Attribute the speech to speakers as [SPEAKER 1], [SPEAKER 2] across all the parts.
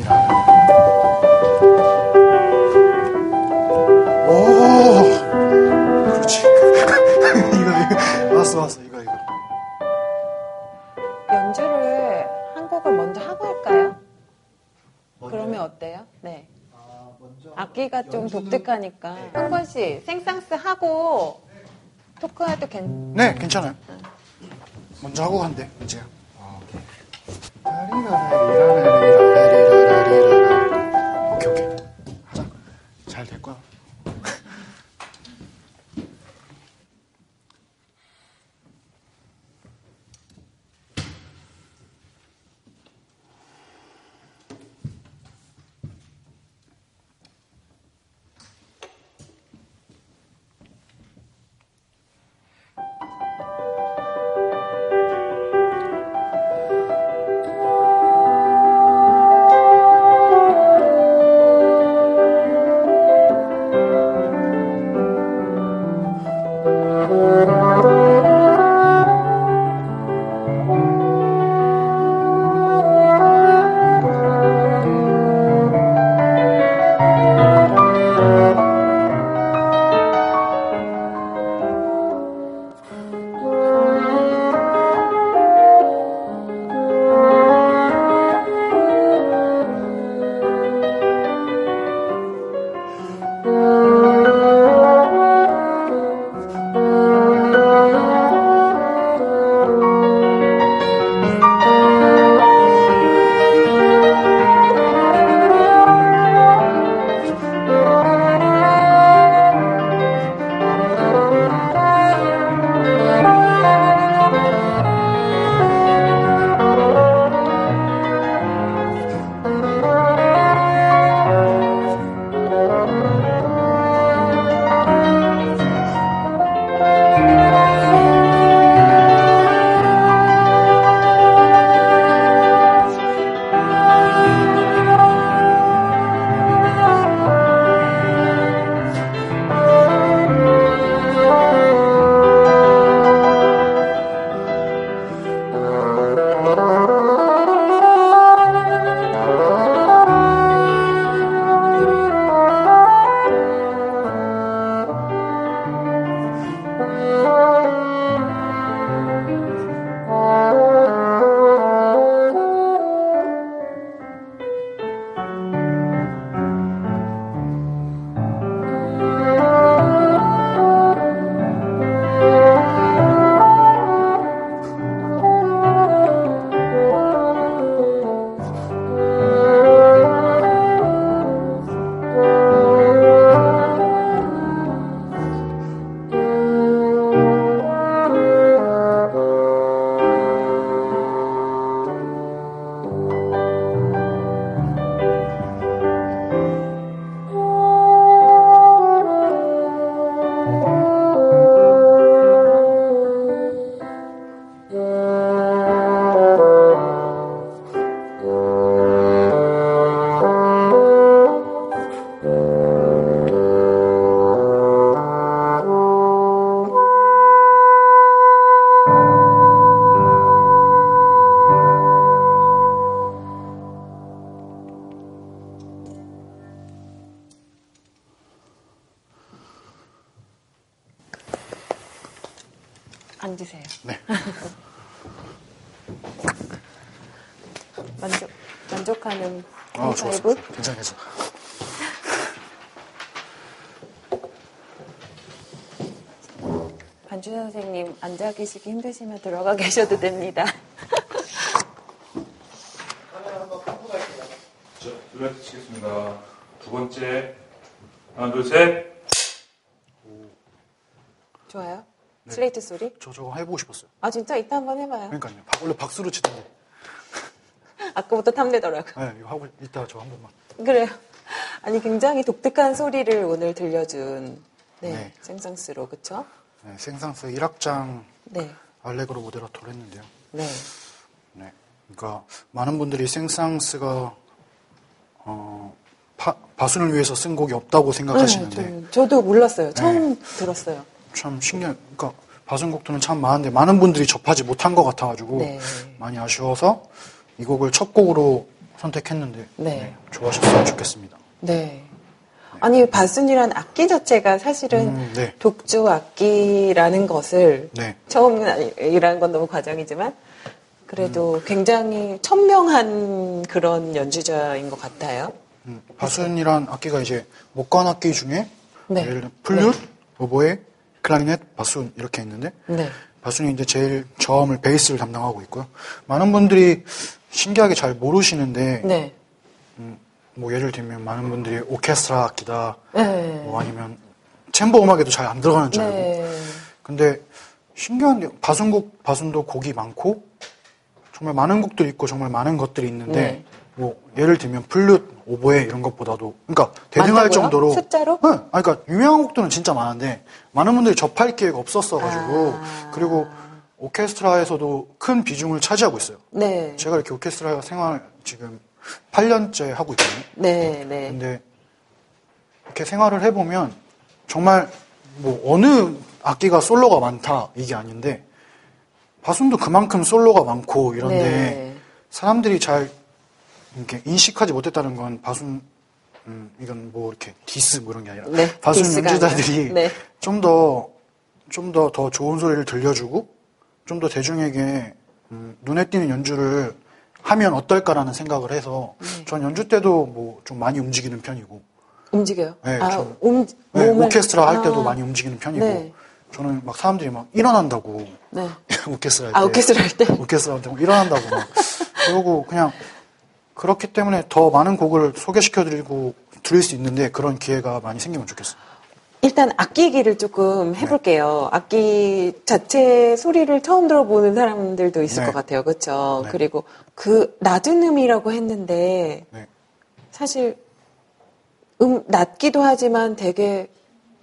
[SPEAKER 1] 해라. 오, 그렇지. 이거 이거 왔어 왔어 이거 이거.
[SPEAKER 2] 연주를 한 곡을 먼저 하고 할까요? 그러면 어때요? 네.
[SPEAKER 1] 아, 먼저
[SPEAKER 2] 악기가 좀
[SPEAKER 1] 연주는-
[SPEAKER 2] 독특하니까.
[SPEAKER 1] 네.
[SPEAKER 2] 흥건 씨, 생상스 하고 토크해도 괜찮.
[SPEAKER 1] 네, 괜찮아요. 먼저 하고 간대, 이제요. 아, 다리라라리라라리라라리라라. 오케이, 오케이. 하자. 잘 될 거야.
[SPEAKER 2] 앉으세요.
[SPEAKER 1] 네.
[SPEAKER 2] 만족 만족하는
[SPEAKER 1] 아, 좋아, 좋아.
[SPEAKER 2] 타입은
[SPEAKER 1] 괜찮아, 괜찮아.
[SPEAKER 2] 반주 선생님 앉아 계시기 힘드시면 들어가
[SPEAKER 1] 아.
[SPEAKER 2] 계셔도 됩니다.
[SPEAKER 3] 자, 둘레 치겠습니다. 두 번째. 하나, 둘, 셋.
[SPEAKER 2] 좋아요.
[SPEAKER 1] 네.
[SPEAKER 2] 슬레이트 소리?
[SPEAKER 1] 저 저거 해보고 싶었어요.
[SPEAKER 2] 아 진짜 이따 한번 해봐요.
[SPEAKER 1] 그러니까요. 박- 원래 박수로 치던데.
[SPEAKER 2] 아까부터 탐내더라고요.
[SPEAKER 1] 네, 이거 하고 이따 저한 번만.
[SPEAKER 2] 그래요. 아니 굉장히 독특한 소리를 오늘 들려준 네,
[SPEAKER 1] 네.
[SPEAKER 2] 생상스로 그쵸?
[SPEAKER 1] 네, 생상스 1악장
[SPEAKER 2] 네.
[SPEAKER 1] 알레그로 모데라토를 했는데요.
[SPEAKER 2] 네.
[SPEAKER 1] 네. 그러니까 많은 분들이 생상스가 어, 파- 바순을 위해서 쓴 곡이 없다고 생각하시는데
[SPEAKER 2] 네, 저, 도 몰랐어요. 처음 들었어요.
[SPEAKER 1] 참 신기한, 그러니까 바순곡들은 참 많은데 많은 분들이 접하지 못한 것 같아가지고
[SPEAKER 2] 네.
[SPEAKER 1] 많이 아쉬워서 이 곡을 첫 곡으로 선택했는데
[SPEAKER 2] 네.
[SPEAKER 1] 네, 좋아하셨으면 좋겠습니다.
[SPEAKER 2] 네. 아니 바순이란 악기 자체가 사실은
[SPEAKER 1] 음, 네.
[SPEAKER 2] 독주 악기라는 것을
[SPEAKER 1] 네.
[SPEAKER 2] 처음은 아니라는 건 너무 과장이지만 그래도
[SPEAKER 1] 음.
[SPEAKER 2] 굉장히 천명한 그런 연주자인 것 같아요.
[SPEAKER 1] 음, 바순이란 악기가 이제 목관 악기 중에
[SPEAKER 2] 네.
[SPEAKER 1] 예를 들면 플룻, 오보에, 클라리넷, 바순 이렇게 있는데
[SPEAKER 2] 네.
[SPEAKER 1] 바순이 이제 제일 저음을 베이스를 담당하고 있고요. 많은 분들이 신기하게 잘 모르시는데
[SPEAKER 2] 네.
[SPEAKER 1] 뭐 예를 들면 많은 분들이 오케스트라 악기다
[SPEAKER 2] 네.
[SPEAKER 1] 뭐 아니면 챔버 음악에도 잘 안 들어가는 줄 알고 근데 신기한데 바순곡 바순도 곡이 많고 정말 많은 곡들이 있고 정말 많은 것들이 있는데
[SPEAKER 2] 네.
[SPEAKER 1] 뭐 예를 들면 플룻, 오보에 이런 것보다도 그러니까 대등할
[SPEAKER 2] 많다고요?
[SPEAKER 1] 정도로
[SPEAKER 2] 숫자로?
[SPEAKER 1] 네, 아니, 그러니까 유명한 곡들은 진짜 많은데 많은 분들이 접할 기회가 없었어 가지고
[SPEAKER 2] 아.
[SPEAKER 1] 그리고 오케스트라에서도 큰 비중을 차지하고 있어요.
[SPEAKER 2] 네.
[SPEAKER 1] 제가 이렇게 오케스트라 생활 지금 8년째 하고 있거든요.
[SPEAKER 2] 네. 네.
[SPEAKER 1] 근데 이렇게 생활을 해보면 정말 뭐 어느 악기가 솔로가 많다 이게 아닌데 바순도 그만큼 솔로가 많고 이런데
[SPEAKER 2] 네.
[SPEAKER 1] 사람들이 잘 이렇게 인식하지 못했다는 건 바순 음, 이건 뭐 이렇게 디스 뭐 이런 게 아니라
[SPEAKER 2] 네,
[SPEAKER 1] 바순
[SPEAKER 2] 디스가
[SPEAKER 1] 연주자들이
[SPEAKER 2] 아니라, 네.
[SPEAKER 1] 좀 더 좀 더 더 좋은 소리를 들려주고 좀 더 대중에게 음, 눈에 띄는 연주를 하면 어떨까라는 생각을 해서
[SPEAKER 2] 네.
[SPEAKER 1] 전 연주 때도 뭐 좀 많이 움직이는 편이고
[SPEAKER 2] 움직여요.
[SPEAKER 1] 네,
[SPEAKER 2] 아,
[SPEAKER 1] 좀-
[SPEAKER 2] 움,
[SPEAKER 1] 네,
[SPEAKER 2] 몸을-
[SPEAKER 1] 오케스트라 할 때도
[SPEAKER 2] 아,
[SPEAKER 1] 많이 움직이는 편이고
[SPEAKER 2] 네.
[SPEAKER 1] 저는 막 사람들이 막 일어난다고
[SPEAKER 2] 네.
[SPEAKER 1] 오케스트라 할 때.
[SPEAKER 2] 아, 오케스트라 할 때?
[SPEAKER 1] 오케스트라한테 막 일어난다고 막 그러고 그냥 그렇기 때문에 더 많은 곡을 소개시켜드리고 드릴 수 있는데 그런 기회가 많이 생기면 좋겠어요.
[SPEAKER 2] 일단 악기 얘기를
[SPEAKER 1] 네.
[SPEAKER 2] 조금 해볼게요. 악기 자체 소리를 처음 들어보는 사람들도 있을
[SPEAKER 1] 네.
[SPEAKER 2] 것 같아요. 그렇죠?
[SPEAKER 1] 네.
[SPEAKER 2] 그리고 그 낮은 음이라고 했는데
[SPEAKER 1] 네.
[SPEAKER 2] 사실 음 낮기도 하지만 되게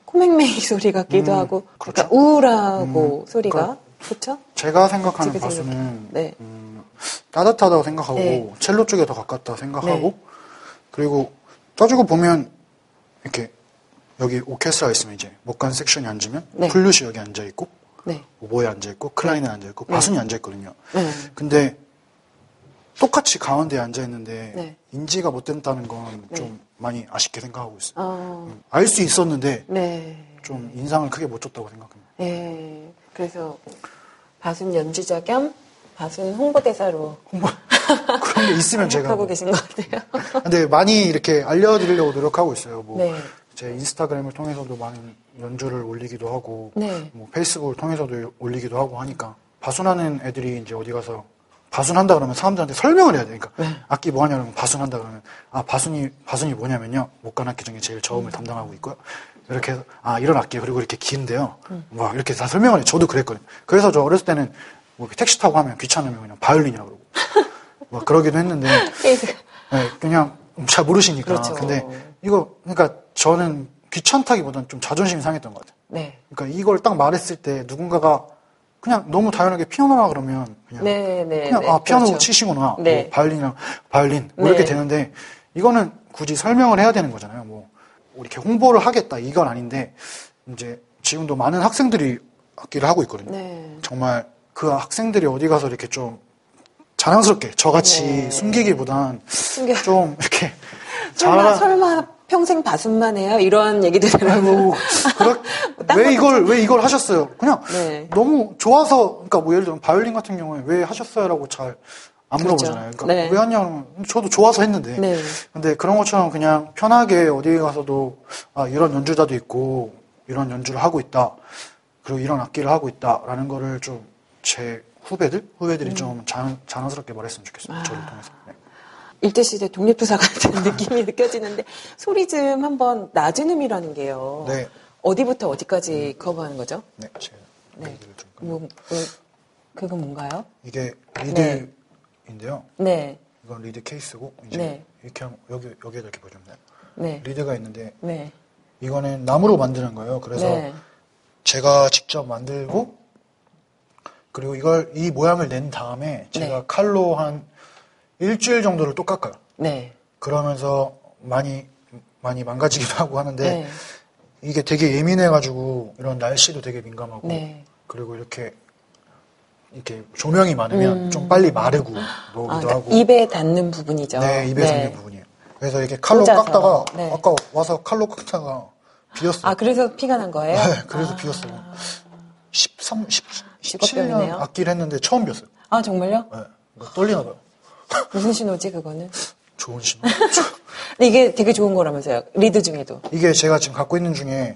[SPEAKER 2] 코맹맹이 소리 같기도
[SPEAKER 1] 음,
[SPEAKER 2] 하고
[SPEAKER 1] 그렇죠.
[SPEAKER 2] 약간 우울하고
[SPEAKER 1] 음,
[SPEAKER 2] 소리가
[SPEAKER 1] 그러니까
[SPEAKER 2] 그렇죠?
[SPEAKER 1] 제가 생각하는
[SPEAKER 2] 지그재그.
[SPEAKER 1] 가수는
[SPEAKER 2] 네.
[SPEAKER 1] 음, 따뜻하다고 생각하고
[SPEAKER 2] 네.
[SPEAKER 1] 첼로 쪽에 더 가깝다고 생각하고
[SPEAKER 2] 네.
[SPEAKER 1] 그리고 따지고 보면 이렇게 여기 오케스트라 있으면 이제 목관 섹션이 앉으면
[SPEAKER 2] 네.
[SPEAKER 1] 플룻이 여기 앉아 있고
[SPEAKER 2] 네.
[SPEAKER 1] 오보에 앉아 있고 클라리넷 앉아 있고 바순이 앉아 있거든요.
[SPEAKER 2] 네.
[SPEAKER 1] 근데 똑같이 가운데 에 앉아 있는데
[SPEAKER 2] 네.
[SPEAKER 1] 인지가 못 된다는 건 좀
[SPEAKER 2] 네.
[SPEAKER 1] 많이 아쉽게 생각하고 있어요.
[SPEAKER 2] 어,
[SPEAKER 1] 알 수 있었는데
[SPEAKER 2] 네.
[SPEAKER 1] 좀 인상을 크게 못 줬다고 생각합니다.
[SPEAKER 2] 예. 그래서 바순 연주자 겸 바순 홍보대사로
[SPEAKER 1] 그런 게 있으면 제가
[SPEAKER 2] 하고
[SPEAKER 1] 뭐.
[SPEAKER 2] 계신 것 같아요.
[SPEAKER 1] 근데 많이 이렇게 알려드리려고 노력하고 있어요. 뭐
[SPEAKER 2] 네.
[SPEAKER 1] 제 인스타그램을 통해서도 많은 연주를 올리기도 하고
[SPEAKER 2] 네.
[SPEAKER 1] 뭐 페이스북을 통해서도 올리기도 하고 하니까 바순하는 애들이 이제 어디 가서 바순한다 그러면 사람들한테 설명을 해야 되니까
[SPEAKER 2] 네.
[SPEAKER 1] 악기 뭐 하냐 그러면 바순한다 그러면 아 바순이 바순이 뭐냐면요 목관 악기 중에 제일 저음을 담당하고 있고요 이렇게 해서 아 이런 악기 그리고 이렇게 긴데요
[SPEAKER 2] 음.
[SPEAKER 1] 막 이렇게 다 설명을 해 저도 그랬거든요 그래서 저 어렸을 때는 뭐 이렇게 택시 타고 하면 귀찮으면 그냥 바이올린이라고 그러고 막 그러기도 했는데
[SPEAKER 2] 페이스가.
[SPEAKER 1] 네, 그냥 잘 모르시니까.
[SPEAKER 2] 그렇죠.
[SPEAKER 1] 근데 이거 그러니까 저는 귀찮다기보다는 좀 자존심이 상했던 것 같아요.
[SPEAKER 2] 네.
[SPEAKER 1] 그러니까 이걸 딱 말했을 때 누군가가 그냥 너무 당연하게 피아노라 그러면 그냥
[SPEAKER 2] 네, 네.
[SPEAKER 1] 그냥
[SPEAKER 2] 네.
[SPEAKER 1] 아 피아노
[SPEAKER 2] 그렇죠.
[SPEAKER 1] 치시구나,
[SPEAKER 2] 네.
[SPEAKER 1] 뭐 바이올린이랑 바이올린 뭐
[SPEAKER 2] 네.
[SPEAKER 1] 이렇게 되는데 이거는 굳이 설명을 해야 되는 거잖아요. 뭐 이렇게 홍보를 하겠다 이건 아닌데 이제 지금도 많은 학생들이 악기를 하고 있거든요.
[SPEAKER 2] 네.
[SPEAKER 1] 정말 그 학생들이 어디 가서 이렇게 좀 자랑스럽게 저같이
[SPEAKER 2] 네.
[SPEAKER 1] 숨기기보단
[SPEAKER 2] 숨겨.
[SPEAKER 1] 좀 이렇게
[SPEAKER 2] 설마,
[SPEAKER 1] 잘하
[SPEAKER 2] 설마 평생 바순만 해요? 이런 얘기도
[SPEAKER 1] 네.
[SPEAKER 2] 들어요.
[SPEAKER 1] 아이고 그렇
[SPEAKER 2] 뭐 딴거
[SPEAKER 1] 왜 이걸 왜 이걸 하셨어요? 그냥
[SPEAKER 2] 네.
[SPEAKER 1] 너무 좋아서 그러니까 뭐 예를 들면 바이올린 같은 경우에 왜 하셨어요라고 잘 안 물어보잖아요. 그러니까
[SPEAKER 2] 네.
[SPEAKER 1] 왜 하냐면 저도 좋아서 했는데
[SPEAKER 2] 네.
[SPEAKER 1] 근데 그런 것처럼 그냥 편하게 어디 가서도 아 이런 연주자도 있고 이런 연주를 하고 있다 그리고 이런 악기를 하고 있다라는 거를 좀 제 후배들
[SPEAKER 2] 음.
[SPEAKER 1] 후배들이 좀 자, 자연스럽게 말했으면
[SPEAKER 2] 아.
[SPEAKER 1] 좋겠습니다. 저를 통해서. 네.
[SPEAKER 2] 일제시대 독립투사 같은 느낌이 느껴지는데 소리 좀 한번 낮은 음이라는 게요.
[SPEAKER 1] 네.
[SPEAKER 2] 어디부터 어디까지 커버하는 거죠?
[SPEAKER 1] 네, 제
[SPEAKER 2] 네.
[SPEAKER 1] 얘기를 좀
[SPEAKER 2] 뭐, 뭐 그건 뭔가요?
[SPEAKER 1] 이게 리드인데요.
[SPEAKER 2] 네.
[SPEAKER 1] 이건 리드 케이스고 이제
[SPEAKER 2] 네.
[SPEAKER 1] 이렇게 하면 여기 여기에다 이렇게 보시면 돼요.
[SPEAKER 2] 네.
[SPEAKER 1] 리드가 있는데
[SPEAKER 2] 네.
[SPEAKER 1] 이거는 나무로 만드는 거예요. 그래서
[SPEAKER 2] 네.
[SPEAKER 1] 제가 직접 만들고 그리고 이걸 이 모양을 낸 다음에 제가
[SPEAKER 2] 네.
[SPEAKER 1] 칼로 한 일주일 정도를 또 깎아요.
[SPEAKER 2] 네.
[SPEAKER 1] 그러면서 많이 많이 망가지기도 하고 하는데
[SPEAKER 2] 네.
[SPEAKER 1] 이게 되게 예민해가지고 이런 날씨도 되게 민감하고
[SPEAKER 2] 네.
[SPEAKER 1] 그리고 이렇게 이렇게 조명이 많으면 좀 빨리 마르고
[SPEAKER 2] 음. 아,
[SPEAKER 1] 나오기도
[SPEAKER 2] 그러니까
[SPEAKER 1] 하고
[SPEAKER 2] 입에 닿는 부분이죠.
[SPEAKER 1] 네 입에 잡는 부분이에요. 그래서 이렇게 칼로
[SPEAKER 2] 혼자서.
[SPEAKER 1] 깎다가
[SPEAKER 2] 네.
[SPEAKER 1] 아까 와서 칼로 깎다가 비었어요.
[SPEAKER 2] 아, 그래서 피가 난 거예요?
[SPEAKER 1] 네, 그래서 비었어요. 13, 10, 17년
[SPEAKER 2] 아. 직업병이네요.
[SPEAKER 1] 악기를 했는데 처음 비었어요.
[SPEAKER 2] 아, 정말요?
[SPEAKER 1] 네, 뭐 떨리나 봐요.
[SPEAKER 2] 무슨 신호지, 그거는?
[SPEAKER 1] 좋은 신호.
[SPEAKER 2] 근데 이게 되게 좋은 거라면서요. 리드 중에도.
[SPEAKER 1] 이게 제가 지금 갖고 있는 중에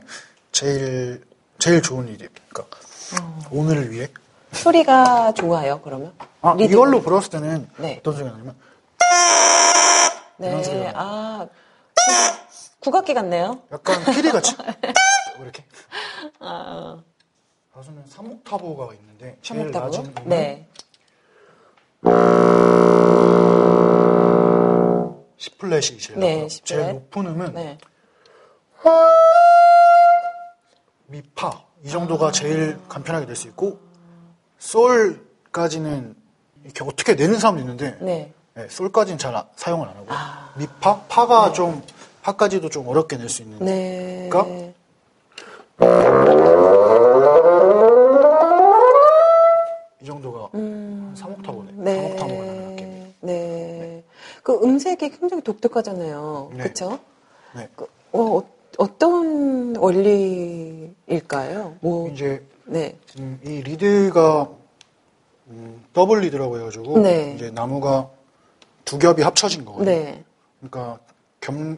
[SPEAKER 1] 제일 제일 좋은 일이에요. 그러니까
[SPEAKER 2] 어.
[SPEAKER 1] 오늘을 위해.
[SPEAKER 2] 소리가 좋아요, 그러면?
[SPEAKER 1] 아
[SPEAKER 2] 리듬.
[SPEAKER 1] 이걸로 불었을 때는
[SPEAKER 2] 네.
[SPEAKER 1] 어떤 소리가 나냐면 이런 소리가
[SPEAKER 2] 네.
[SPEAKER 1] 나요.
[SPEAKER 2] 아, 구- 국악기 같네요.
[SPEAKER 1] 약간 피리 같이 뭐 이렇게.
[SPEAKER 2] 아,
[SPEAKER 1] 가수는 삼목타보가 있는데 제일
[SPEAKER 2] 샤목타고?
[SPEAKER 1] 낮은 부분
[SPEAKER 2] 네.
[SPEAKER 1] 10플랫이 제일
[SPEAKER 2] 네,
[SPEAKER 1] 낮고요.
[SPEAKER 2] 10 플랫.
[SPEAKER 1] 제일 높은 음은
[SPEAKER 2] 네.
[SPEAKER 1] 미파 이 정도가 제일 간편하게 낼 수 있고 솔까지는 이렇게 어떻게 내는 사람도 있는데
[SPEAKER 2] 네.
[SPEAKER 1] 네, 솔까지는 잘 아- 사용을 안 하고
[SPEAKER 2] 아.
[SPEAKER 1] 미파 파가 좀 파까지도 좀 어렵게 낼 수 있는
[SPEAKER 2] 네.
[SPEAKER 1] 그러니까? 이 정도가 한 삼목타보네
[SPEAKER 2] 네.
[SPEAKER 1] 삼목타보가 나는 뭐 느낌이에요.
[SPEAKER 2] 네. 그 음색이 굉장히 독특하잖아요.
[SPEAKER 1] 네.
[SPEAKER 2] 그쵸?
[SPEAKER 1] 네.
[SPEAKER 2] 그, 어, 어- 어떤 원리일까요? 뭐,
[SPEAKER 1] 이제
[SPEAKER 2] 네.
[SPEAKER 1] 음, 이 리드가 음, 더블 리드라고 해가지고
[SPEAKER 2] 네.
[SPEAKER 1] 이제 나무가 두 겹이 합쳐진 거거든요.
[SPEAKER 2] 네.
[SPEAKER 1] 그러니까 겸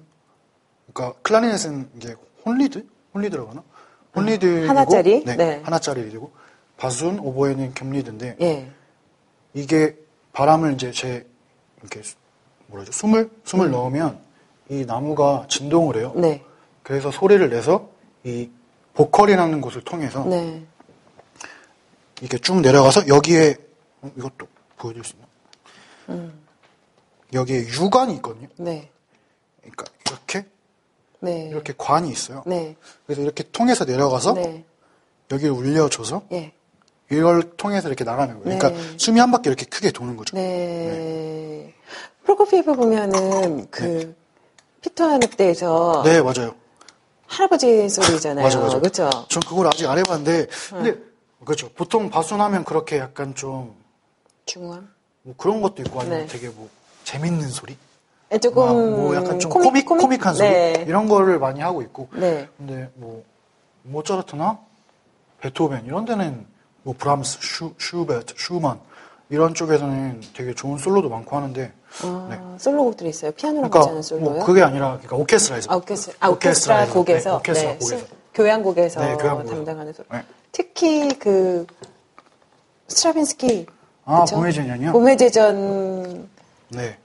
[SPEAKER 1] 그러니까 클라리넷은 이게 혼리드 혼리드라고 하나? 혼리드이고
[SPEAKER 2] 음, 하나짜리?
[SPEAKER 1] 네,
[SPEAKER 2] 네.
[SPEAKER 1] 하나짜리 리드고 바순 오보에는 겸리드인데
[SPEAKER 2] 예.
[SPEAKER 1] 이게 바람을 이제 제 이렇게 수- 뭐라죠 숨을 숨을 넣으면 이 나무가 진동을 해요.
[SPEAKER 2] 음. 네.
[SPEAKER 1] 그래서 소리를 내서 이 보컬이라는 곳을 통해서
[SPEAKER 2] 네.
[SPEAKER 1] 이렇게 쭉 내려가서 여기에 어, 이것도 보여줄 수 있나?
[SPEAKER 2] 음.
[SPEAKER 1] 여기에 유관이 있거든요.
[SPEAKER 2] 네.
[SPEAKER 1] 그러니까 이렇게
[SPEAKER 2] 네.
[SPEAKER 1] 이렇게 관이 있어요.
[SPEAKER 2] 네.
[SPEAKER 1] 그래서 이렇게 통해서 내려가서
[SPEAKER 2] 네.
[SPEAKER 1] 여기를 울려줘서
[SPEAKER 2] 예.
[SPEAKER 1] 이걸 통해서 이렇게 나가는 거예요.
[SPEAKER 2] 네.
[SPEAKER 1] 그러니까 숨이 한 바퀴 이렇게 크게 도는 거죠.
[SPEAKER 2] 네. 프로코피에프 보면은 그 피터 한국대에서
[SPEAKER 1] 네, 맞아요.
[SPEAKER 2] 할아버지 소리잖아요.
[SPEAKER 1] 맞아, 맞아.
[SPEAKER 2] 그렇죠?
[SPEAKER 1] 전 그걸 아직 안
[SPEAKER 2] 네.
[SPEAKER 1] 해봤는데, 근데 그렇죠. 보통 바순하면 그렇게 약간 좀 뭐
[SPEAKER 2] 중후함.
[SPEAKER 1] 그런 것도 있고 아니면
[SPEAKER 2] 네.
[SPEAKER 1] 되게 뭐 재밌는 소리,
[SPEAKER 2] 네, 조금
[SPEAKER 1] 막 뭐 약간 좀 코믹, 코믹, 한 소리
[SPEAKER 2] 네.
[SPEAKER 1] 이런 거를 많이 하고 있고,
[SPEAKER 2] 네.
[SPEAKER 1] 근데 뭐 모차르트나 베토벤 이런 데는 뭐 브람스, 슈, 슈베트, 슈만 이런 쪽에서는 되게 좋은 솔로도 많고 하는데
[SPEAKER 2] 아,
[SPEAKER 1] 네.
[SPEAKER 2] 솔로곡들이 있어요. 피아노랑 같이 하는
[SPEAKER 1] 그러니까
[SPEAKER 2] 솔로요.
[SPEAKER 1] 뭐 그게 아니라 그러니까 오케스트라에서
[SPEAKER 2] 아, 오케스트라, 아, 오케스트라
[SPEAKER 1] 오케스트라에서,
[SPEAKER 2] 곡에서
[SPEAKER 1] 네, 오케스트라 곡에서.
[SPEAKER 2] 수- 교향곡에서
[SPEAKER 1] 네, 교향곡에서.
[SPEAKER 2] 담당하는 솔로.
[SPEAKER 1] 네.
[SPEAKER 2] 특히 그 스트라빈스키
[SPEAKER 1] 아,
[SPEAKER 2] 그쵸?
[SPEAKER 1] 봄의 제전이요?
[SPEAKER 2] 봄의 제전
[SPEAKER 1] 네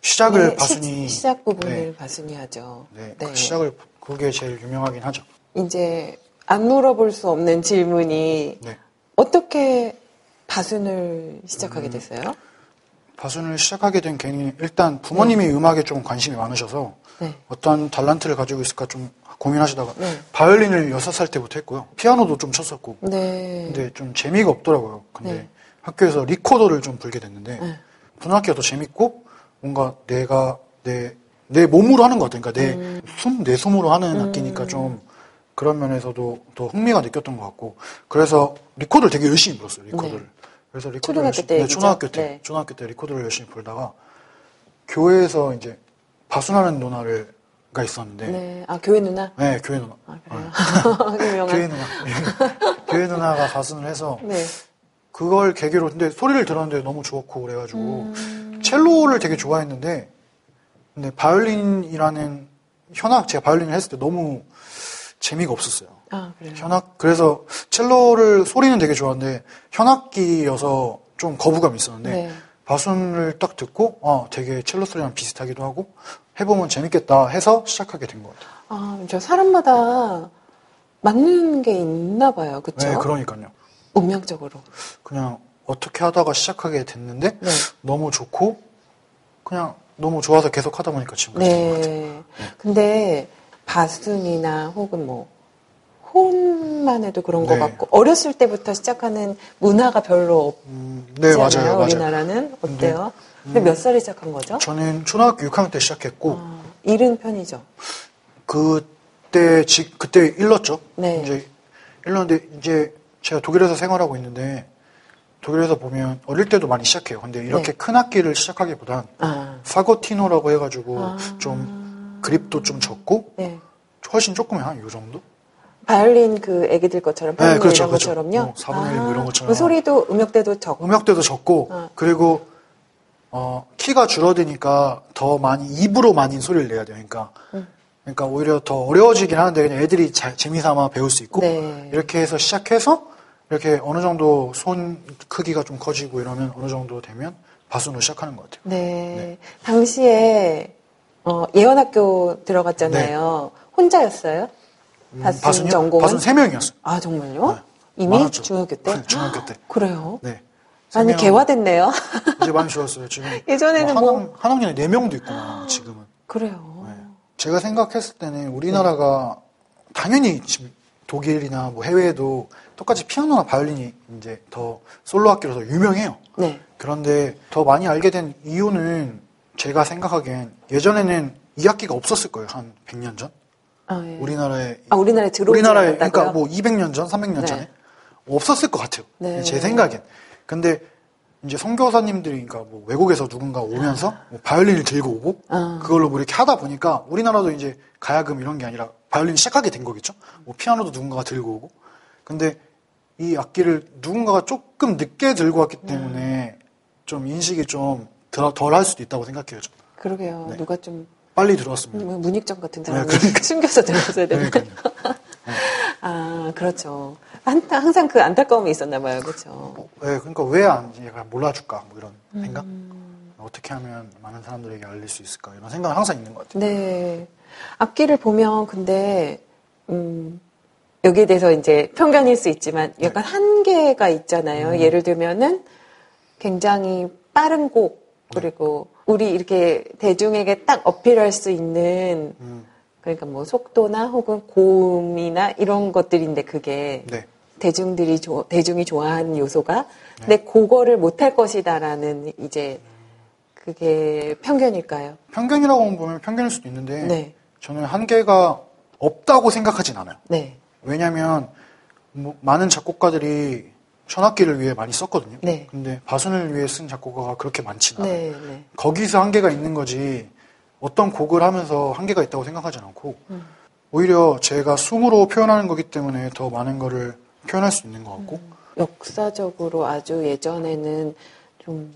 [SPEAKER 1] 시작을
[SPEAKER 2] 네,
[SPEAKER 1] 바순이
[SPEAKER 2] 시, 작 부분을
[SPEAKER 1] 네,
[SPEAKER 2] 바순이 하죠.
[SPEAKER 1] 네, 그 시작을 그게 제일 유명하긴 하죠.
[SPEAKER 2] 이제 안 물어볼 수 없는 질문이
[SPEAKER 1] 네
[SPEAKER 2] 어떻게 바순을
[SPEAKER 1] 음.
[SPEAKER 2] 시작하게 됐어요?
[SPEAKER 1] 바순을 시작하게 된 개인이 일단 부모님이 음악에 좀 관심이 많으셔서
[SPEAKER 2] 네.
[SPEAKER 1] 어떤 달란트를 가지고 있을까 좀 고민하시다가
[SPEAKER 2] 네.
[SPEAKER 1] 바이올린을 여섯 살 때부터 했고요. 피아노도 좀 쳤었고
[SPEAKER 2] 네.
[SPEAKER 1] 근데 좀 재미가 없더라고요. 근데
[SPEAKER 2] 네.
[SPEAKER 1] 학교에서 리코더를 좀 불게 됐는데
[SPEAKER 2] 네.
[SPEAKER 1] 분악기가 더 재밌고 뭔가 내가 내, 내 몸으로 하는 것 같아요. 그러니까 내
[SPEAKER 2] 음.
[SPEAKER 1] 숨, 내 숨으로 하는 악기니까 좀 그런 면에서도 더 흥미가 느꼈던 것 같고 그래서 리코더를 되게 열심히 불었어요. 리코더를.
[SPEAKER 2] 네.
[SPEAKER 1] 그래서 리코더를
[SPEAKER 2] 초등학교
[SPEAKER 1] 열심히-
[SPEAKER 2] 때
[SPEAKER 1] 네,
[SPEAKER 2] 얘기죠?
[SPEAKER 1] 초등학교 때
[SPEAKER 2] 네.
[SPEAKER 1] 초등학교 때 리코더를 열심히 불다가 교회에서 이제 바순하는 누나를가 있었는데 네.
[SPEAKER 2] 네. 아, 교회 누나?
[SPEAKER 1] 교회 누나.
[SPEAKER 2] 아,
[SPEAKER 1] 네,
[SPEAKER 2] 그래요? 유명한.
[SPEAKER 1] 교회 누나. 네. 교회 누나가 바순을 해서
[SPEAKER 2] 네.
[SPEAKER 1] 그걸 계기로 근데 소리를 들었는데 너무 좋고 그래가지고
[SPEAKER 2] 음.
[SPEAKER 1] 첼로를 되게 좋아했는데 근데 바이올린이라는 현악 제가 바이올린을 했을 때 너무 재미가 없었어요.
[SPEAKER 2] 아, 그래요?
[SPEAKER 1] 현악 그래서 첼로를 소리는 되게 좋아하는데 현악기여서 좀 거부감이 있었는데
[SPEAKER 2] 네.
[SPEAKER 1] 바순을 딱 듣고 아 되게 첼로 소리랑 비슷하기도 하고 해보면 재밌겠다 해서 시작하게 된 것 같아요.
[SPEAKER 2] 아, 저 사람마다 맞는 게 있나 봐요. 그쵸?
[SPEAKER 1] 네, 그러니까요.
[SPEAKER 2] 운명적으로.
[SPEAKER 1] 그냥 어떻게 하다가 시작하게 됐는데
[SPEAKER 2] 네.
[SPEAKER 1] 너무 좋고 그냥 너무 좋아서 계속 하다 보니까 지금까지 된 것 같아요.
[SPEAKER 2] 네. 근데 바순이나 혹은 뭐 혼만 해도 그런 것
[SPEAKER 1] 네.
[SPEAKER 2] 같고 어렸을 때부터 시작하는 문화가 별로
[SPEAKER 1] 음, 네
[SPEAKER 2] 없잖아요.
[SPEAKER 1] 맞아요 맞아요.
[SPEAKER 2] 우리나라는 어때요? 근데 몇 살에 시작한 거죠?
[SPEAKER 1] 저는 초등학교 6학년 때 시작했고
[SPEAKER 2] 아, 이른 편이죠.
[SPEAKER 1] 그때 지, 그때 일렀죠.
[SPEAKER 2] 네.
[SPEAKER 1] 이제 일렀는데 이제 제가 독일에서 생활하고 있는데 독일에서 보면 어릴 때도 많이 시작해요. 근데 이렇게
[SPEAKER 2] 네.
[SPEAKER 1] 큰 악기를 시작하기보단
[SPEAKER 2] 아.
[SPEAKER 1] 파고티노라고 해가지고
[SPEAKER 2] 아.
[SPEAKER 1] 좀 그립도 좀 적고
[SPEAKER 2] 네.
[SPEAKER 1] 훨씬 조금이 한 이 정도?
[SPEAKER 2] 바이올린 그 애기들 것처럼
[SPEAKER 1] 네,
[SPEAKER 2] 바이올린
[SPEAKER 1] 그렇죠,
[SPEAKER 2] 이런
[SPEAKER 1] 그렇죠.
[SPEAKER 2] 것처럼요.
[SPEAKER 1] 뭐, 4분의 1, 뭐 이런 것처럼.
[SPEAKER 2] 그 소리도 음역대도 적고.
[SPEAKER 1] 음역대도 적고
[SPEAKER 2] 아.
[SPEAKER 1] 그리고 어, 키가 줄어드니까 더 많이 입으로 많이 소리를 내야 돼요. 그러니까
[SPEAKER 2] 음.
[SPEAKER 1] 그러니까 오히려 더 어려워지긴 하는데 그냥 애들이 자- 재미삼아 배울 수 있고
[SPEAKER 2] 네.
[SPEAKER 1] 이렇게 해서 시작해서 이렇게 어느 정도 손 크기가 좀 커지고 이러면 어느 정도 되면 바순으로 시작하는 것 같아요.
[SPEAKER 2] 네. 당시에 어, 예원학교 들어갔잖아요. 혼자였어요?
[SPEAKER 1] 네. 음,
[SPEAKER 2] 바순
[SPEAKER 1] 바순이요?
[SPEAKER 2] 전공은?
[SPEAKER 1] 바순 3명이었어요.
[SPEAKER 2] 아 정말요?
[SPEAKER 1] 네.
[SPEAKER 2] 이미
[SPEAKER 1] 많았죠.
[SPEAKER 2] 중학교 때? 아,
[SPEAKER 1] 네, 중학교 때.
[SPEAKER 2] 그래요?
[SPEAKER 1] 네. 세
[SPEAKER 2] 많이
[SPEAKER 1] 명.
[SPEAKER 2] 개화됐네요.
[SPEAKER 1] 이제 많이 줄었어요. 지금
[SPEAKER 2] 예전에는
[SPEAKER 1] 뭐
[SPEAKER 2] 뭐-
[SPEAKER 1] 한, 학- 한 학년에 4명도 있구나. 지금은.
[SPEAKER 2] 그래요.
[SPEAKER 1] 네. 제가 생각했을 때는 우리나라가 당연히 지금 독일이나 뭐 해외에도 똑같이 피아노나 바이올린이 이제 더 솔로 악기로 더 유명해요.
[SPEAKER 2] 네.
[SPEAKER 1] 그런데 더 많이 알게 된 이유는 제가 생각하기엔 예전에는 이 악기가 없었을 거예요. 한 100년 전.
[SPEAKER 2] 아, 예.
[SPEAKER 1] 우리나라에
[SPEAKER 2] 아, 우리나라에 들어오지
[SPEAKER 1] 우리나라에
[SPEAKER 2] 않았다고요?
[SPEAKER 1] 그러니까 뭐 200년 전, 300년
[SPEAKER 2] 네.
[SPEAKER 1] 전에 없었을 것 같아요.
[SPEAKER 2] 네.
[SPEAKER 1] 제 생각엔. 근데 이제 선교사님들이 그러니까 뭐 외국에서 누군가 오면서 뭐 바이올린을 들고 오고
[SPEAKER 2] 아.
[SPEAKER 1] 그걸로 뭐 이렇게 하다 보니까 우리나라도 이제 가야금 이런 게 아니라 바이올린 시작하게 된 거겠죠. 뭐 피아노도 누군가가 들고 오고. 근데 이 악기를 누군가가 조금 늦게 들고 왔기
[SPEAKER 2] 음.
[SPEAKER 1] 때문에 좀 인식이 좀 덜 할 수도 있다고 생각해요. 좀.
[SPEAKER 2] 그러게요.
[SPEAKER 1] 네.
[SPEAKER 2] 누가 좀
[SPEAKER 1] 빨리 들어왔습니다.
[SPEAKER 2] 뭐 문익점 같은 사람이
[SPEAKER 1] 네, 그러니까.
[SPEAKER 2] 숨겨서 들었어야 되는데.
[SPEAKER 1] 그러니까요.
[SPEAKER 2] 아, 그렇죠. 한- 항상 그 안타까움이 있었나 봐요. 그렇죠.
[SPEAKER 1] 뭐, 예, 그러니까 왜안 약간 몰라줄까 뭐 이런
[SPEAKER 2] 음.
[SPEAKER 1] 생각 어떻게 하면 많은 사람들에게 알릴 수 있을까 이런 생각은 항상 있는 것 같아요.
[SPEAKER 2] 네. 악기를 보면 근데 음, 여기에 대해서 이제 편견일 수 있지만
[SPEAKER 1] 네.
[SPEAKER 2] 약간 한계가 있잖아요.
[SPEAKER 1] 음.
[SPEAKER 2] 예를 들면은 굉장히 빠른 곡
[SPEAKER 1] 네.
[SPEAKER 2] 그리고 우리 이렇게 대중에게 딱 어필할 수 있는
[SPEAKER 1] 음,
[SPEAKER 2] 그러니까 뭐 속도나 혹은 고음이나 이런 것들인데 그게
[SPEAKER 1] 네,
[SPEAKER 2] 대중들이 조- 대중이 좋아하는 요소가
[SPEAKER 1] 네.
[SPEAKER 2] 근데 그거를 못할 것이다라는 이제 그게 편견일까요?
[SPEAKER 1] 편견이라고 보면 편견일 수도 있는데
[SPEAKER 2] 네.
[SPEAKER 1] 저는 한계가 없다고 생각하진 않아요.
[SPEAKER 2] 네.
[SPEAKER 1] 왜냐하면 뭐 많은 작곡가들이 천악기를 위해 많이 썼거든요.
[SPEAKER 2] 네.
[SPEAKER 1] 근데 바순을 위해 쓴 작곡가가 그렇게 많지는 않아요.
[SPEAKER 2] 네, 네.
[SPEAKER 1] 거기서 한계가 있는 거지 어떤 곡을 하면서 한계가 있다고 생각하진 않고 오히려 제가 숨으로 표현하는 거기 때문에 더 많은 거를 표현할 수 있는 것 같고
[SPEAKER 2] 음. 역사적으로 아주 예전에는 좀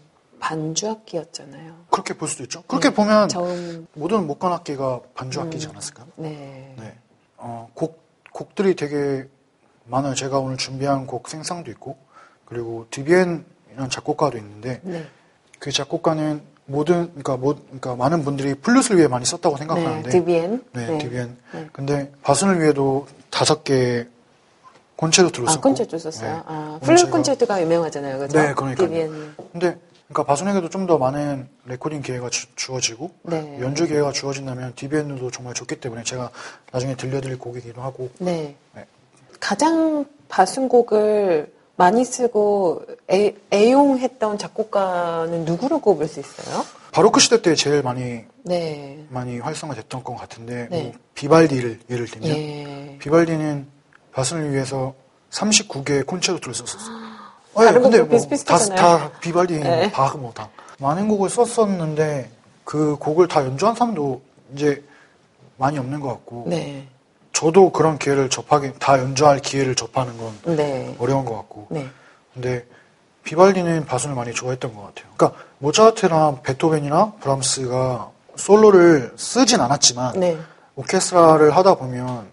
[SPEAKER 2] 반주악기였잖아요.
[SPEAKER 1] 그렇게 볼 수도 있죠. 그렇게
[SPEAKER 2] 네.
[SPEAKER 1] 보면
[SPEAKER 2] 저음, 음.
[SPEAKER 1] 모든 목관 악기가 반주 악기지 않았을까요?
[SPEAKER 2] 네.
[SPEAKER 1] 네. 어, 곡, 곡들이 되게 많아요. 제가 오늘 준비한 곡 생상도 있고 그리고 드비엔이라는 작곡가도 있는데
[SPEAKER 2] 네.
[SPEAKER 1] 그 작곡가는 모든 그러니까 모, 그러니까 많은 분들이 플룻을 위해 많이 썼다고
[SPEAKER 2] 네.
[SPEAKER 1] 생각하는데
[SPEAKER 2] 드비엔.
[SPEAKER 1] 네, DBN.
[SPEAKER 2] 네.
[SPEAKER 1] 근데 바순을 위해도 다섯 개 콘체로
[SPEAKER 2] 아,
[SPEAKER 1] 들었었고.
[SPEAKER 2] 콘체르트 썼어요. 아,
[SPEAKER 1] 오늘
[SPEAKER 2] 플루
[SPEAKER 1] 제가-
[SPEAKER 2] 콘체르트가 유명하잖아요. 그죠?
[SPEAKER 1] 네, 그러니까요.
[SPEAKER 2] 드비엔.
[SPEAKER 1] 근데 그러니까 바순에게도 좀 더 많은 레코딩 기회가 주, 주어지고
[SPEAKER 2] 네.
[SPEAKER 1] 연주 기회가 주어진다면 DBN도 정말 좋기 때문에 제가 나중에 들려드릴 곡이기도 하고.
[SPEAKER 2] 네.
[SPEAKER 1] 네.
[SPEAKER 2] 가장 바순곡을 많이 쓰고 애, 애용했던 작곡가는 누구로 꼽을 수 있어요?
[SPEAKER 1] 바로크 시대 때 제일 많이
[SPEAKER 2] 네.
[SPEAKER 1] 많이 활성화됐던 것 같은데
[SPEAKER 2] 네.
[SPEAKER 1] 뭐 비발디를 예를 들면
[SPEAKER 2] 예.
[SPEAKER 1] 비발디는 바순을 위해서 39개의 콘체르트를 썼었어요.
[SPEAKER 2] 아,
[SPEAKER 1] 뭐
[SPEAKER 2] 다른 곡도
[SPEAKER 1] 다,
[SPEAKER 2] 비슷비슷하잖아요.
[SPEAKER 1] 다 비발디,
[SPEAKER 2] 네.
[SPEAKER 1] 바흐 뭐 다. 많은 곡을 썼었는데 그 곡을 다 연주한 사람도 이제 많이 없는 것 같고
[SPEAKER 2] 네.
[SPEAKER 1] 저도 그런 기회를 접하기 다 연주할 기회를 접하는 건
[SPEAKER 2] 네.
[SPEAKER 1] 어려운 것 같고
[SPEAKER 2] 네.
[SPEAKER 1] 근데 비발디는 바순을 많이 좋아했던 것 같아요. 그러니까 모차르트나 베토벤이나 브람스가 솔로를 쓰진 않았지만
[SPEAKER 2] 네.
[SPEAKER 1] 오케스트라를 하다 보면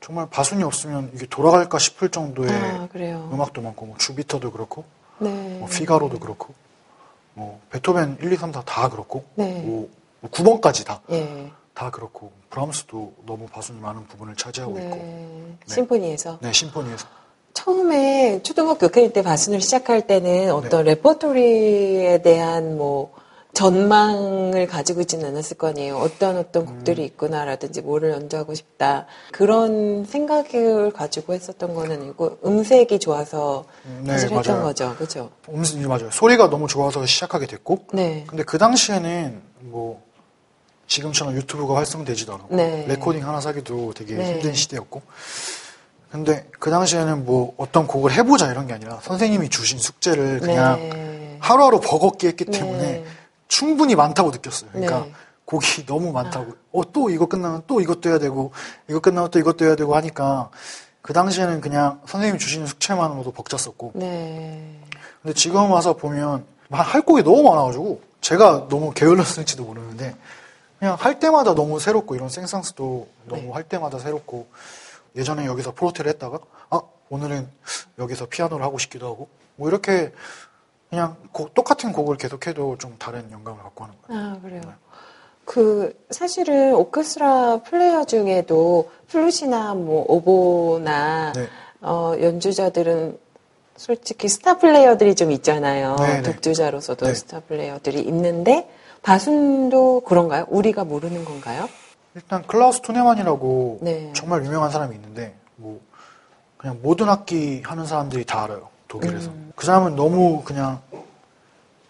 [SPEAKER 1] 정말 바순이 없으면 이게 돌아갈까 싶을 정도의
[SPEAKER 2] 아, 그래요.
[SPEAKER 1] 음악도 많고 뭐 주피터도 그렇고
[SPEAKER 2] 네.
[SPEAKER 1] 뭐 피가로도 그렇고 뭐 베토벤 1, 2, 3, 4 다 그렇고
[SPEAKER 2] 네.
[SPEAKER 1] 뭐 9번까지 다 다
[SPEAKER 2] 예.
[SPEAKER 1] 그렇고 브람스도 너무 바순이 많은 부분을 차지하고 있고
[SPEAKER 2] 네.
[SPEAKER 1] 네.
[SPEAKER 2] 심포니에서.
[SPEAKER 1] 네 심포니에서
[SPEAKER 2] 처음에 초등학교 6학년 때 바순을 시작할
[SPEAKER 1] 네.
[SPEAKER 2] 때는 어떤 레퍼토리에 대한 뭐 전망을 가지고 있지는 않았을 거 아니에요. 어떤
[SPEAKER 1] 음.
[SPEAKER 2] 어떤 곡들이 있구나라든지 뭐를 연주하고 싶다 그런 생각을 가지고 했었던 건 아니고 음색이 좋아서
[SPEAKER 1] 네,
[SPEAKER 2] 사실 했던
[SPEAKER 1] 맞아요.
[SPEAKER 2] 거죠, 그렇죠?
[SPEAKER 1] 음이 맞아요 소리가 너무 좋아서 시작하게 됐고
[SPEAKER 2] 네,
[SPEAKER 1] 근데 그 당시에는 뭐 지금처럼 유튜브가 활성되지도 않았고
[SPEAKER 2] 네.
[SPEAKER 1] 레코딩 하나 사기도 되게
[SPEAKER 2] 네.
[SPEAKER 1] 힘든 시대였고 근데 그 당시에는 뭐 어떤 곡을 해보자 이런 게 아니라 선생님이 주신 숙제를 그냥
[SPEAKER 2] 네.
[SPEAKER 1] 하루하루 버겁게 했기
[SPEAKER 2] 네.
[SPEAKER 1] 때문에 충분히 많다고 느꼈어요. 그러니까
[SPEAKER 2] 네. 아.
[SPEAKER 1] 곡이 너무 많다고. 어, 또 이거 끝나면 또 이것도 해야 되고, 이거 끝나면 또 이것도 해야 되고 하니까 그 당시에는 그냥 선생님이 주시는 숙제만으로도 벅찼었고.
[SPEAKER 2] 네.
[SPEAKER 1] 근데 지금 와서 보면 막할 곡이 너무 많아가지고 제가 너무 게을렀을지도 모르는데 그냥 할 때마다 너무 새롭고 이런 생상스도 너무 할 때마다 새롭고 예전에 여기서 프로테를 했다가 아 오늘은 여기서 피아노를 하고 싶기도 하고 뭐 이렇게 그냥 곡- 똑같은 곡을 계속해도 좀 다른 영감을 갖고 하는 거예요.
[SPEAKER 2] 아, 그래요. 그 사실은 오케스트라 플레이어 중에도 플룻이나 뭐 오보나
[SPEAKER 1] 네.
[SPEAKER 2] 어, 연주자들은 솔직히 스타 플레이어들이 좀 있잖아요.
[SPEAKER 1] 네, 네.
[SPEAKER 2] 독주자로서도
[SPEAKER 1] 네.
[SPEAKER 2] 스타 플레이어들이 있는데 바순도 그런가요? 우리가 모르는 건가요?
[SPEAKER 1] 일단 클라우스 투네만이라고
[SPEAKER 2] 네.
[SPEAKER 1] 정말 유명한 사람이 있는데 뭐 그냥 모든 악기 하는 사람들이 다 알아요 독일에서 그 사람은 너무 그냥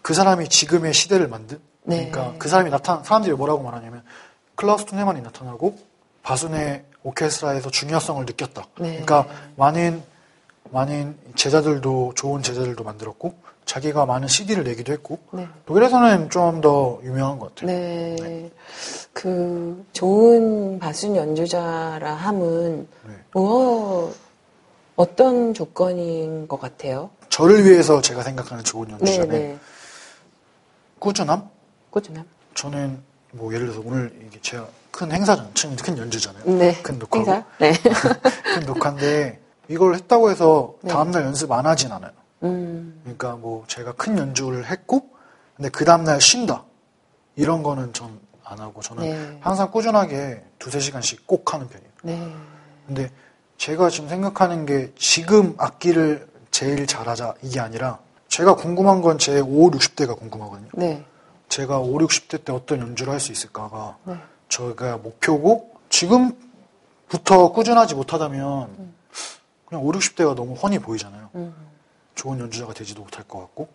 [SPEAKER 1] 그 사람이 지금의 시대를 만든
[SPEAKER 2] 네.
[SPEAKER 1] 그러니까 그 사람이 나타난 사람들이 뭐라고 말하냐면 클라우스 투네만이 나타나고 바순의 오케스트라에서 중요성을 느꼈다
[SPEAKER 2] 네.
[SPEAKER 1] 그러니까 많은 많은 제자들도 좋은 제자들도 만들었고 자기가 많은 CD를 내기도 했고
[SPEAKER 2] 네.
[SPEAKER 1] 독일에서는 좀 더 유명한 것 같아요
[SPEAKER 2] 네. 그 좋은 바순 연주자라 함은
[SPEAKER 1] 네.
[SPEAKER 2] 뭐 어떤 조건인 것 같아요?
[SPEAKER 1] 저를 위해서 제가 생각하는 좋은
[SPEAKER 2] 네,
[SPEAKER 1] 연주자는
[SPEAKER 2] 네.
[SPEAKER 1] 꾸준함?
[SPEAKER 2] 꾸준함?
[SPEAKER 1] 저는 뭐 예를 들어서 오늘 이게 제가 큰 행사잖아요. 큰, 큰 연주잖아요.
[SPEAKER 2] 네.
[SPEAKER 1] 큰 녹화고
[SPEAKER 2] 행사? 네.
[SPEAKER 1] 큰 녹화인데 이걸 했다고 해서
[SPEAKER 2] 네.
[SPEAKER 1] 다음날 연습 안 하진 않아요.
[SPEAKER 2] 음.
[SPEAKER 1] 그러니까 뭐 제가 큰 연주를 했고 근데 그 다음날 쉰다 이런 거는 전 안 하고 저는
[SPEAKER 2] 네.
[SPEAKER 1] 항상 꾸준하게 두세 시간씩 꼭 하는 편이에요.
[SPEAKER 2] 네.
[SPEAKER 1] 근데 제가 지금 생각하는 게 지금 악기를 제일 잘하자 이게 아니라 제가 궁금한 건 제 5, 60대가 궁금하거든요.
[SPEAKER 2] 네.
[SPEAKER 1] 제가 5, 60대 때 어떤 연주를 할 수 있을까가
[SPEAKER 2] 네.
[SPEAKER 1] 저희가 목표고 지금부터 꾸준하지 못하다면 그냥 5, 60대가 너무 훤히 보이잖아요.
[SPEAKER 2] 음.
[SPEAKER 1] 좋은 연주자가 되지도 못할 것 같고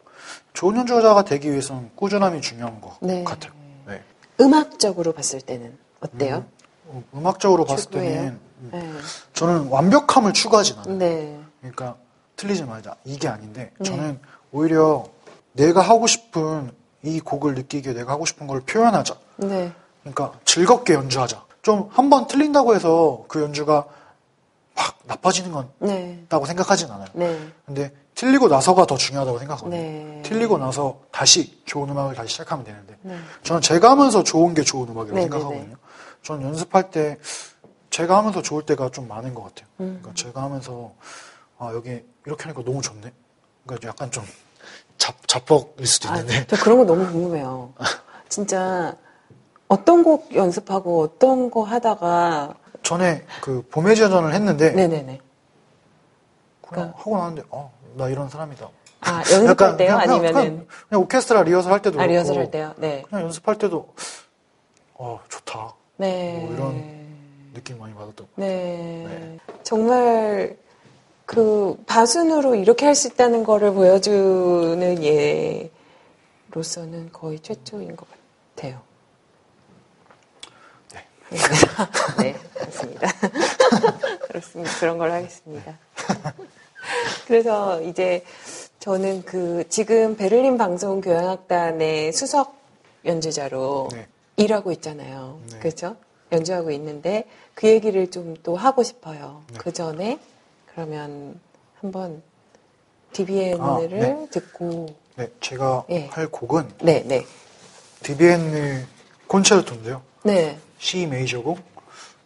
[SPEAKER 1] 좋은 연주자가 되기 위해서는 꾸준함이 중요한 것
[SPEAKER 2] 네.
[SPEAKER 1] 같아요. 네.
[SPEAKER 2] 음악적으로 봤을 때는 어때요?
[SPEAKER 1] 어, 음악적으로 봤을
[SPEAKER 2] 최고예요.
[SPEAKER 1] 때는 음,
[SPEAKER 2] 네.
[SPEAKER 1] 저는 완벽함을 추구하진 않아요.
[SPEAKER 2] 네.
[SPEAKER 1] 그러니까 틀리지 말자 이게 아닌데
[SPEAKER 2] 네.
[SPEAKER 1] 저는 오히려 내가 하고 싶은 이 곡을 느끼게 내가 하고 싶은 걸 표현하자
[SPEAKER 2] 네.
[SPEAKER 1] 그러니까 즐겁게 연주하자. 좀 한 번 틀린다고 해서 그 연주가 확 나빠지는
[SPEAKER 2] 네.
[SPEAKER 1] 건다고 생각하진 않아요.
[SPEAKER 2] 네.
[SPEAKER 1] 근데 틀리고 나서가 더 중요하다고 생각하거든요.
[SPEAKER 2] 네.
[SPEAKER 1] 틀리고 나서 다시 좋은 음악을 다시 시작하면 되는데
[SPEAKER 2] 네.
[SPEAKER 1] 저는 제가 하면서 좋은 게 좋은 음악이라고
[SPEAKER 2] 네, 네,
[SPEAKER 1] 생각하거든요. 저는 연습할 때 제가 하면서 좋을 때가 좀 많은 것 같아요.
[SPEAKER 2] 음.
[SPEAKER 1] 그러니까 제가 하면서 아 여기 이렇게 하니까 너무 좋네. 그러니까 약간 좀 잡, 잡벅일 수도
[SPEAKER 2] 아,
[SPEAKER 1] 있는데
[SPEAKER 2] 저 그런 거 너무 궁금해요. 진짜 어떤 곡 연습하고 어떤 거 하다가
[SPEAKER 1] 전에 그 봄의 지전을 했는데
[SPEAKER 2] 네네네.
[SPEAKER 1] 그냥
[SPEAKER 2] 그러니까-
[SPEAKER 1] 하고 나는데 어, 나 이런 사람이다.
[SPEAKER 2] 아 연습할 때요?
[SPEAKER 1] 그냥,
[SPEAKER 2] 아니면은
[SPEAKER 1] 그냥 오케스트라 리허설 할 때도
[SPEAKER 2] 아
[SPEAKER 1] 그렇고
[SPEAKER 2] 리허설 할 때요? 네.
[SPEAKER 1] 그냥 연습할 때도 어 좋다
[SPEAKER 2] 네.
[SPEAKER 1] 뭐 이런- 느낌 많이 받았던 것
[SPEAKER 2] 네.
[SPEAKER 1] 네.
[SPEAKER 2] 정말 그 바순으로 이렇게 할 수 있다는 거를 보여주는 예로서는 거의 최초인 것 같아요.
[SPEAKER 1] 네.
[SPEAKER 2] 네, 그렇습니다. 그렇습니다. 그런 걸로 하겠습니다. 그래서 이제 저는 그 지금 베를린 방송 교향악단의 수석 연주자로
[SPEAKER 1] 네.
[SPEAKER 2] 일하고 있잖아요.
[SPEAKER 1] 네.
[SPEAKER 2] 그렇죠? 연주하고 있는데 그 얘기를 좀 또 하고 싶어요.
[SPEAKER 1] 네.
[SPEAKER 2] 그 전에 그러면 한번 DBN을
[SPEAKER 1] 아, 네.
[SPEAKER 2] 듣고
[SPEAKER 1] 네, 제가
[SPEAKER 2] 예.
[SPEAKER 1] 할 곡은
[SPEAKER 2] 네, 네.
[SPEAKER 1] 디비엔느 콘체르토인데요
[SPEAKER 2] 네.
[SPEAKER 1] C 메이저고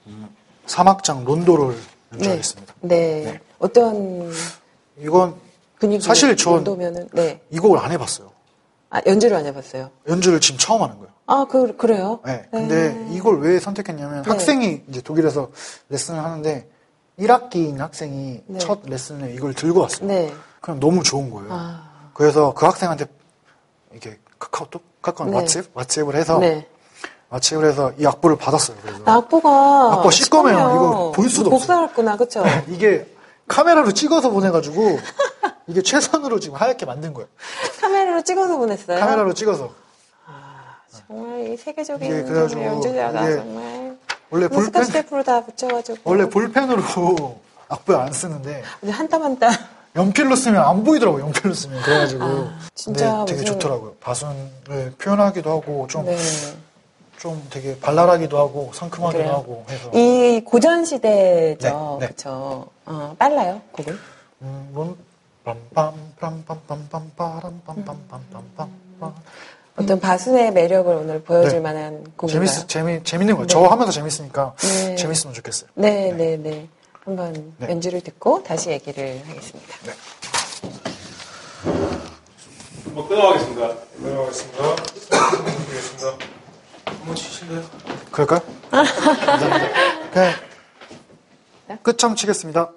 [SPEAKER 1] 음, 사막장 론도를 연주하겠습니다
[SPEAKER 2] 네.
[SPEAKER 1] 네.
[SPEAKER 2] 어떤
[SPEAKER 1] 이건
[SPEAKER 2] 분위기 그
[SPEAKER 1] 사실 전-
[SPEAKER 2] 정도면은 네.
[SPEAKER 1] 이 곡을 안 해봤어요
[SPEAKER 2] 아, 연주를 안 해봤어요.
[SPEAKER 1] 연주를 지금 처음 하는 거예요
[SPEAKER 2] 아, 그, 그래요?
[SPEAKER 1] 네, 근데 이걸 왜 선택했냐면
[SPEAKER 2] 네.
[SPEAKER 1] 학생이 이제 독일에서 레슨을 하는데 1학기인 학생이
[SPEAKER 2] 네.
[SPEAKER 1] 첫 레슨에 이걸 들고 왔어요
[SPEAKER 2] 네.
[SPEAKER 1] 그냥 너무 좋은 거예요
[SPEAKER 2] 아.
[SPEAKER 1] 그래서 그 학생한테 이렇게 카카오톡, 카카오
[SPEAKER 2] 네.
[SPEAKER 1] 왓츠앱, 왓츠앱을 해서
[SPEAKER 2] 네. 아,
[SPEAKER 1] 왓츠앱을 해서 이 악보를 받았어요. 그래서
[SPEAKER 2] 악보가.
[SPEAKER 1] 악보 시꺼매요.
[SPEAKER 2] 시꺼매요.
[SPEAKER 1] 이거 볼 수도
[SPEAKER 2] 못
[SPEAKER 1] 없어요. 네.
[SPEAKER 2] 살았구나, 그쵸?
[SPEAKER 1] 이게 카메라로 찍어서 보내가지고 이게 최선으로 지금 하얗게 만든 거예요.
[SPEAKER 2] 카메라로 찍어서 보냈어요.
[SPEAKER 1] 카메라로 찍어서
[SPEAKER 2] 정말 이 세계적인
[SPEAKER 1] 이게 그래가지고
[SPEAKER 2] 연주자가
[SPEAKER 1] 이게
[SPEAKER 2] 정말.
[SPEAKER 1] 원래
[SPEAKER 2] 스카치
[SPEAKER 1] 볼펜
[SPEAKER 2] 테프로 다 붙여가지고.
[SPEAKER 1] 원래 볼펜으로 악보에 안 쓰는데
[SPEAKER 2] 한 땀 한 땀.
[SPEAKER 1] 연필로 쓰면 안 보이더라고 요 연필로 쓰면 그래가지고
[SPEAKER 2] 아, 진짜
[SPEAKER 1] 근데 되게
[SPEAKER 2] 무슨-
[SPEAKER 1] 좋더라고요 바순을 표현하기도 하고 좀 좀
[SPEAKER 2] 네.
[SPEAKER 1] 되게 발랄하기도 하고 상큼하기도
[SPEAKER 2] 그래요?
[SPEAKER 1] 하고 해서
[SPEAKER 2] 이 고전 시대죠.
[SPEAKER 1] 네, 네.
[SPEAKER 2] 그쵸. 어, 빨라요, 곡은.
[SPEAKER 1] 음, 뭔 빰빰 빰빰빰빰 빠람 빰빰빰빰빰 빰.
[SPEAKER 2] 어떤 바순의 매력을 오늘 보여줄
[SPEAKER 1] 음. 네.
[SPEAKER 2] 만한 곡인가요?
[SPEAKER 1] 재밌 재미 재밌는 거예요 저 하면서 재밌으니까
[SPEAKER 2] 네.
[SPEAKER 1] 재밌으면 좋겠어요
[SPEAKER 2] 네, 네, 네. 한번
[SPEAKER 1] 네.
[SPEAKER 2] 연주를 듣고 다시 얘기를 하겠습니다.
[SPEAKER 3] 한번 끊어가겠습니다. 끊어가겠습니다. 드리겠습니다. 한번 치실래요?
[SPEAKER 1] 그럴까요? 감사합니다.
[SPEAKER 2] 네.
[SPEAKER 1] 그냥 끝장 치겠습니다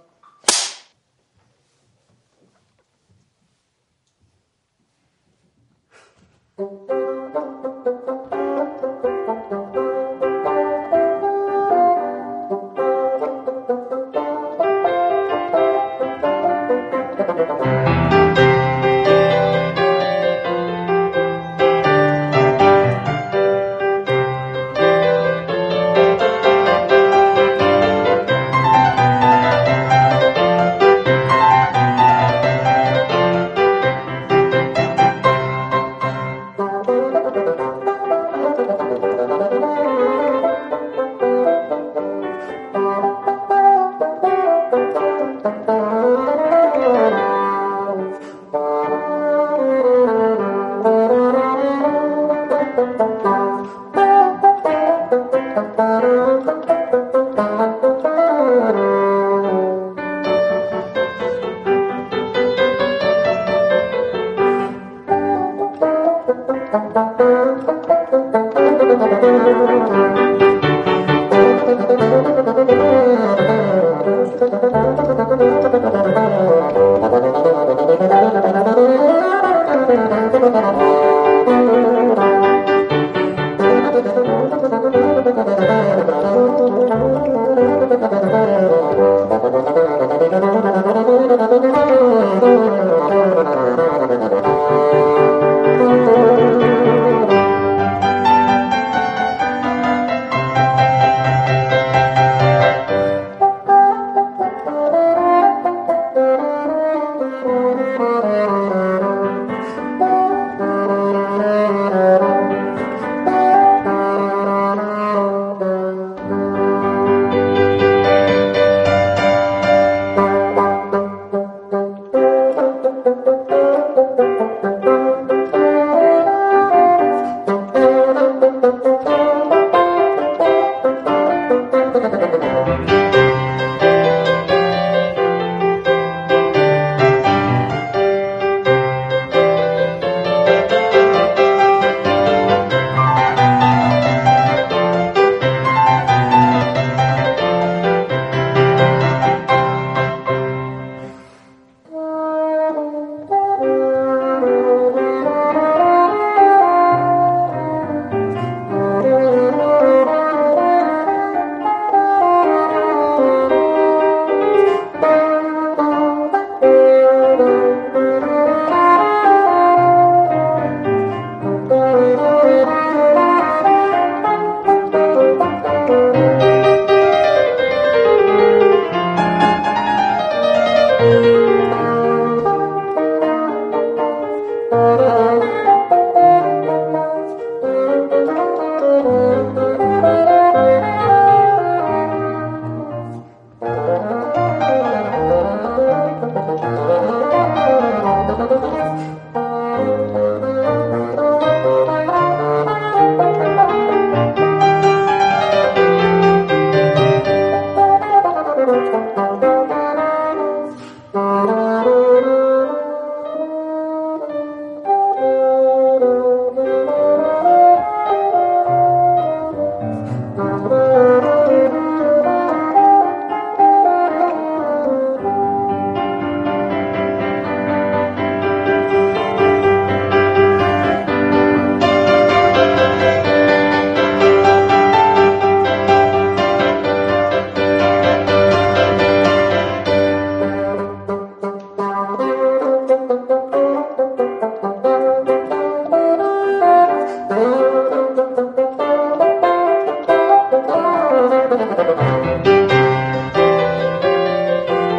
[SPEAKER 4] Thank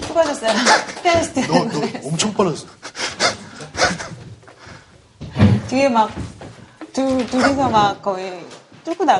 [SPEAKER 2] 수고하셨어요. 피아니스트.
[SPEAKER 1] 너, 너 엄청 빨라졌어.
[SPEAKER 2] 뒤에 막, 둘, 둘이서 막 거의 뚫고 나가